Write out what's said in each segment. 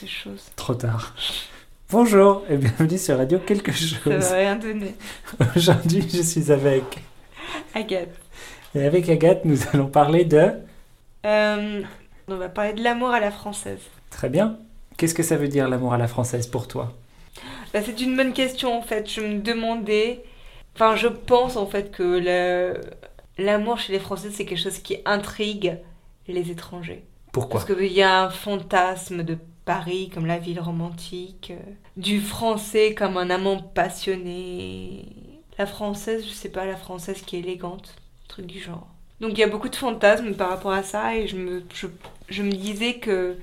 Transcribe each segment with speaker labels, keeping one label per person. Speaker 1: des choses.
Speaker 2: Trop tard. Bonjour et bienvenue sur Radio Quelque
Speaker 1: Ça
Speaker 2: chose.
Speaker 1: va rien donner.
Speaker 2: Aujourd'hui, je suis avec.
Speaker 1: Agathe.
Speaker 2: Et avec Agathe, nous allons parler de.
Speaker 1: Euh, on va parler de l'amour à la française.
Speaker 2: Très bien. Qu'est-ce que ça veut dire l'amour à la française pour toi
Speaker 1: Bah, c'est une bonne question en fait. Je me demandais. Enfin, je pense en fait que le- l'amour chez les Français, c'est quelque chose qui intrigue les étrangers.
Speaker 2: Pourquoi
Speaker 1: Parce qu'il y a un fantasme de Paris comme la ville romantique, euh, du français comme un amant passionné. La française, je sais pas, la française qui est élégante, truc du genre. Donc il y a beaucoup de fantasmes par rapport à ça et je me, je, je me disais que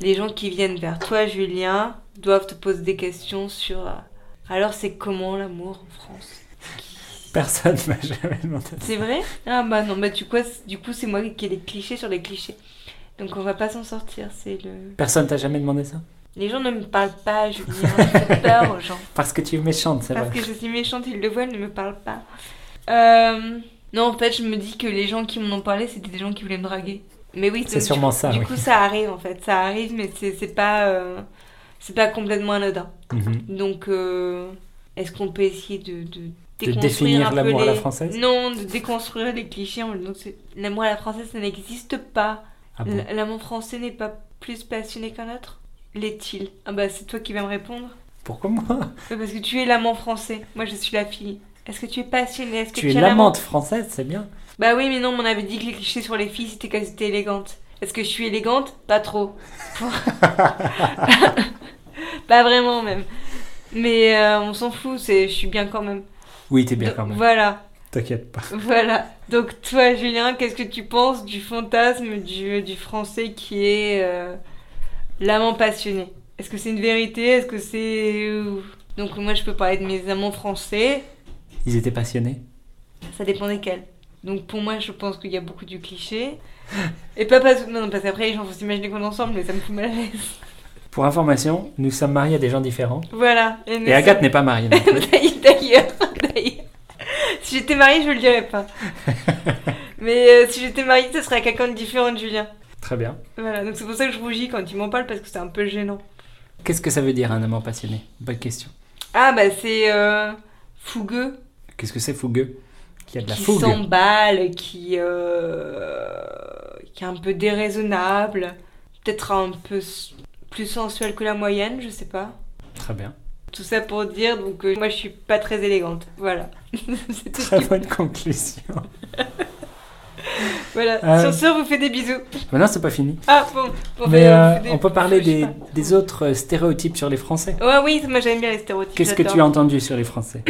Speaker 1: les gens qui viennent vers toi, Julien, doivent te poser des questions sur euh, alors c'est comment l'amour en France
Speaker 2: Personne m'a jamais demandé.
Speaker 1: C'est vrai Ah bah non, bah du coup, c'est- du coup c'est moi qui ai des clichés sur les clichés. Donc on va pas s'en sortir, c'est le...
Speaker 2: Personne t'a jamais demandé ça
Speaker 1: Les gens ne me parlent pas, Julien. Je fais peur aux gens.
Speaker 2: Parce que tu es méchante, c'est
Speaker 1: Parce
Speaker 2: vrai.
Speaker 1: que je suis méchante, ils le voient, ils ne me parlent pas. Euh, Non, en fait, je me dis que les gens qui m'en ont parlé, c'était des gens qui voulaient me draguer. Mais oui,
Speaker 2: C'est
Speaker 1: donc,
Speaker 2: sûrement
Speaker 1: du-
Speaker 2: ça,
Speaker 1: Du
Speaker 2: oui.
Speaker 1: coup, ça arrive, en fait. Ça arrive, mais c'est c'est pas... euh, C'est pas complètement anodin.
Speaker 2: Mhm.
Speaker 1: Donc, euh, est-ce qu'on peut essayer de... de déconstruire
Speaker 2: définir
Speaker 1: un peu
Speaker 2: l'amour à la
Speaker 1: les-
Speaker 2: française
Speaker 1: Non, de déconstruire les clichés. en- donc, c'est- L'amour à la française, ça n'existe pas.
Speaker 2: Ah bon
Speaker 1: L- L'amant français n'est pas plus passionné qu'un autre L'est-il Ah bah c'est toi qui vas me répondre.
Speaker 2: Pourquoi moi
Speaker 1: Ouais, parce que tu es l'amant français, moi je suis la fille. Est-ce que tu es passionnée Est-ce que
Speaker 2: Tu es
Speaker 1: l'amant
Speaker 2: l'amante française, c'est bien.
Speaker 1: Bah oui mais non, mais on avait dit que les clichés sur les filles c'était qu'elles étaient élégantes. Est-ce que je suis élégante Pas trop. pas vraiment même. Mais euh, on s'en fout, c'est je suis bien quand même.
Speaker 2: Oui, t'es bien
Speaker 1: Donc,
Speaker 2: quand même.
Speaker 1: Voilà,
Speaker 2: T'inquiète pas.
Speaker 1: voilà. Donc toi Julien, qu'est-ce que tu penses du fantasme du, du français qui est euh, l'amant passionné Est-ce que c'est une vérité Est-ce que c'est... euh, Donc moi je peux parler de mes amants français,
Speaker 2: Ils étaient passionnés.
Speaker 1: ça dépend desquels. Donc pour moi je pense qu'il y a beaucoup du cliché. Et pas parce que... Non, parce qu'après les gens vont s'imaginer qu'on est ensemble, mais ça me fout mal à l'aise.
Speaker 2: Pour information, nous sommes mariés à des gens différents.
Speaker 1: Voilà.
Speaker 2: Et Agathe n'est pas mariée. non plus.
Speaker 1: D'ailleurs, D'ailleurs, d'ailleurs. Si j'étais mariée, je le dirais pas. Mais euh, si j'étais mariée, ce serait à quelqu'un de différent de Julien.
Speaker 2: Très bien.
Speaker 1: Voilà, donc c'est pour ça que je rougis quand il m'en parle parce que c'est un peu gênant.
Speaker 2: Qu'est-ce que ça veut dire un amant passionné Bonne question.
Speaker 1: Ah bah c'est euh, fougueux,
Speaker 2: Qu'est-ce que c'est fougueux Il y a de la
Speaker 1: qui
Speaker 2: fougue.
Speaker 1: s'emballe, qui, euh, qui est un peu déraisonnable, peut-être un peu s- plus sensuel que la moyenne, je sais pas.
Speaker 2: Très bien.
Speaker 1: Tout ça pour dire donc euh, moi je suis pas très élégante, voilà. C'est tout ce
Speaker 2: Très
Speaker 1: que-
Speaker 2: bonne conclusion.
Speaker 1: Voilà.
Speaker 2: Euh.
Speaker 1: Sur ce, on vous fait des bisous.
Speaker 2: Mais non, c'est pas fini.
Speaker 1: Ah bon. bon,
Speaker 2: Mais
Speaker 1: fait, on
Speaker 2: euh,
Speaker 1: fait des-
Speaker 2: on peut parler
Speaker 1: je sais
Speaker 2: des,
Speaker 1: pas.
Speaker 2: des autres euh, stéréotypes sur les Français.
Speaker 1: Ouais oui, ça, moi j'aime bien les stéréotypes.
Speaker 2: Qu'est-ce que tu as
Speaker 1: j'adore. Hum,
Speaker 2: entendu sur les Français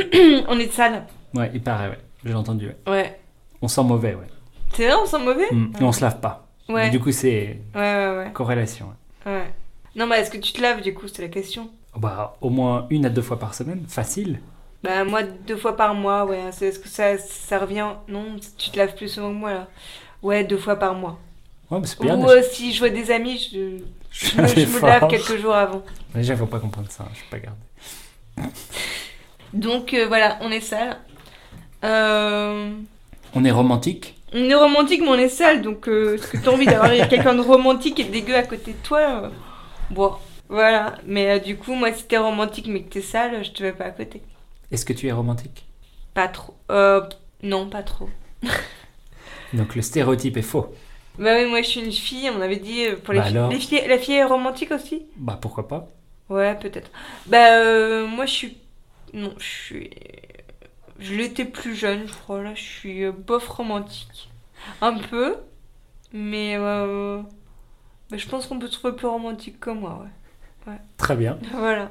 Speaker 1: On est de sale.
Speaker 2: Ouais, il paraît, ouais. J'ai entendu, ouais.
Speaker 1: Ouais.
Speaker 2: On sent mauvais, ouais.
Speaker 1: C'est vrai, on sent mauvais.
Speaker 2: Mm. Et on se lave pas.
Speaker 1: Ouais.
Speaker 2: Mais Hum. Du coup, c'est
Speaker 1: Ouais ouais ouais.
Speaker 2: corrélation. ouais.
Speaker 1: Ouais. Non, mais est-ce que tu te laves du coup C'est la question.
Speaker 2: Bah, au moins une à deux fois par semaine, facile.
Speaker 1: Bah, moi, deux fois par mois, ouais. hein, C'est- Est-ce que ça, ça revient Non, tu te laves plus souvent que moi là. Ouais, deux fois par mois.
Speaker 2: Ouais, mais c'est bien.
Speaker 1: Ou
Speaker 2: déjà.
Speaker 1: euh, si je vois des amis, je,
Speaker 2: Je
Speaker 1: je
Speaker 2: fais un
Speaker 1: me, je me
Speaker 2: effort.
Speaker 1: lave quelques jours avant.
Speaker 2: Les gens vont pas comprendre ça, hein, je vais pas garder.
Speaker 1: Donc euh, voilà, on est sale. Euh,
Speaker 2: On est romantique.
Speaker 1: on est romantique, mais on est sale. Donc, euh, est-ce que t'as envie d'avoir quelqu'un de romantique et de dégueu à côté de toi euh, Bon, voilà. Mais euh, du coup, moi, si t'es romantique mais que t'es sale, je te mets pas à côté.
Speaker 2: Est-ce que tu es romantique
Speaker 1: Pas trop. Euh, non, pas trop.
Speaker 2: Donc le stéréotype est faux.
Speaker 1: Bah oui, moi je suis une fille, on avait dit euh, pour les,
Speaker 2: Bah
Speaker 1: filles.
Speaker 2: alors
Speaker 1: les filles. La fille est romantique aussi
Speaker 2: Bah pourquoi pas
Speaker 1: Ouais, peut-être. Bah euh, moi je suis. Non, je suis. Je l'étais plus jeune, je crois. Là, je suis euh, bof romantique. Un peu, mais. euh, bah, je pense qu'on peut trouver plus romantique que moi, ouais.
Speaker 2: Très bien.
Speaker 1: Voilà.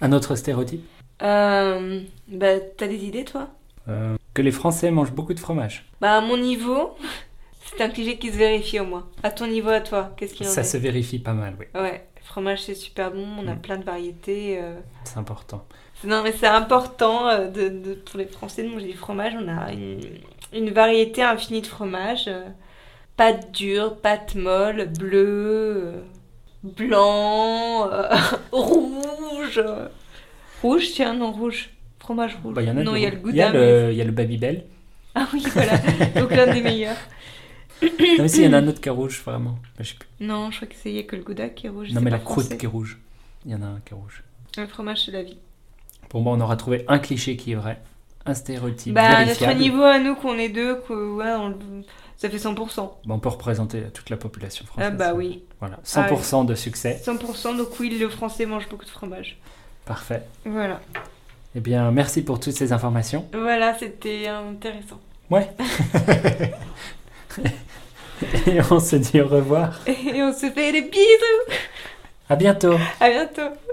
Speaker 2: Un autre stéréotype
Speaker 1: Euh, bah t'as des idées toi
Speaker 2: Euh, Que les Français mangent beaucoup de fromage.
Speaker 1: Bah à mon niveau, c'est un cliché qui se vérifie au moins. À ton niveau, à toi, qu'est-ce qu'il en
Speaker 2: Ça
Speaker 1: est
Speaker 2: se vérifie pas mal, oui.
Speaker 1: Ouais, le fromage c'est super bon, on a
Speaker 2: Mm.
Speaker 1: plein de variétés. euh,
Speaker 2: C'est important.
Speaker 1: Non, mais c'est important euh, de, de- pour les Français de manger du fromage. On a une, une variété infinie de fromages. euh, Pâte dure, pâte molle, bleu, euh, blanc, euh, rouge. Rouge, tiens, non, rouge. Fromage rouge.
Speaker 2: Bah, y en a
Speaker 1: non,
Speaker 2: de-
Speaker 1: il y a le
Speaker 2: Il y, a
Speaker 1: gouda. mais-
Speaker 2: le- il y a le Babybel.
Speaker 1: Ah oui, voilà. Donc l'un des meilleurs.
Speaker 2: Non, mais si, il y en a un autre qui est rouge, vraiment. Bah, je sais plus.
Speaker 1: Non, je crois que c'est y a que le gouda qui est rouge.
Speaker 2: non,
Speaker 1: c'est
Speaker 2: mais
Speaker 1: pas
Speaker 2: la croûte
Speaker 1: français.
Speaker 2: qui est rouge. Il y en a un qui est rouge.
Speaker 1: Le fromage, c'est la vie.
Speaker 2: Pour moi, on aura trouvé un cliché qui est vrai, un stéréotype
Speaker 1: bah, à notre
Speaker 2: vérifiable.
Speaker 1: niveau, à nous, qu'on est deux, que, ouais, on le- ça fait 100%.
Speaker 2: Bah, on peut représenter toute la population française.
Speaker 1: Ah bah oui.
Speaker 2: Voilà, 100% de succès.
Speaker 1: 100%, donc oui, le français mange beaucoup de fromage.
Speaker 2: Parfait.
Speaker 1: Voilà.
Speaker 2: Eh bien, merci pour toutes ces informations.
Speaker 1: Voilà, c'était intéressant.
Speaker 2: Et on se dit au revoir.
Speaker 1: Et on se fait des bisous.
Speaker 2: À bientôt.
Speaker 1: À bientôt.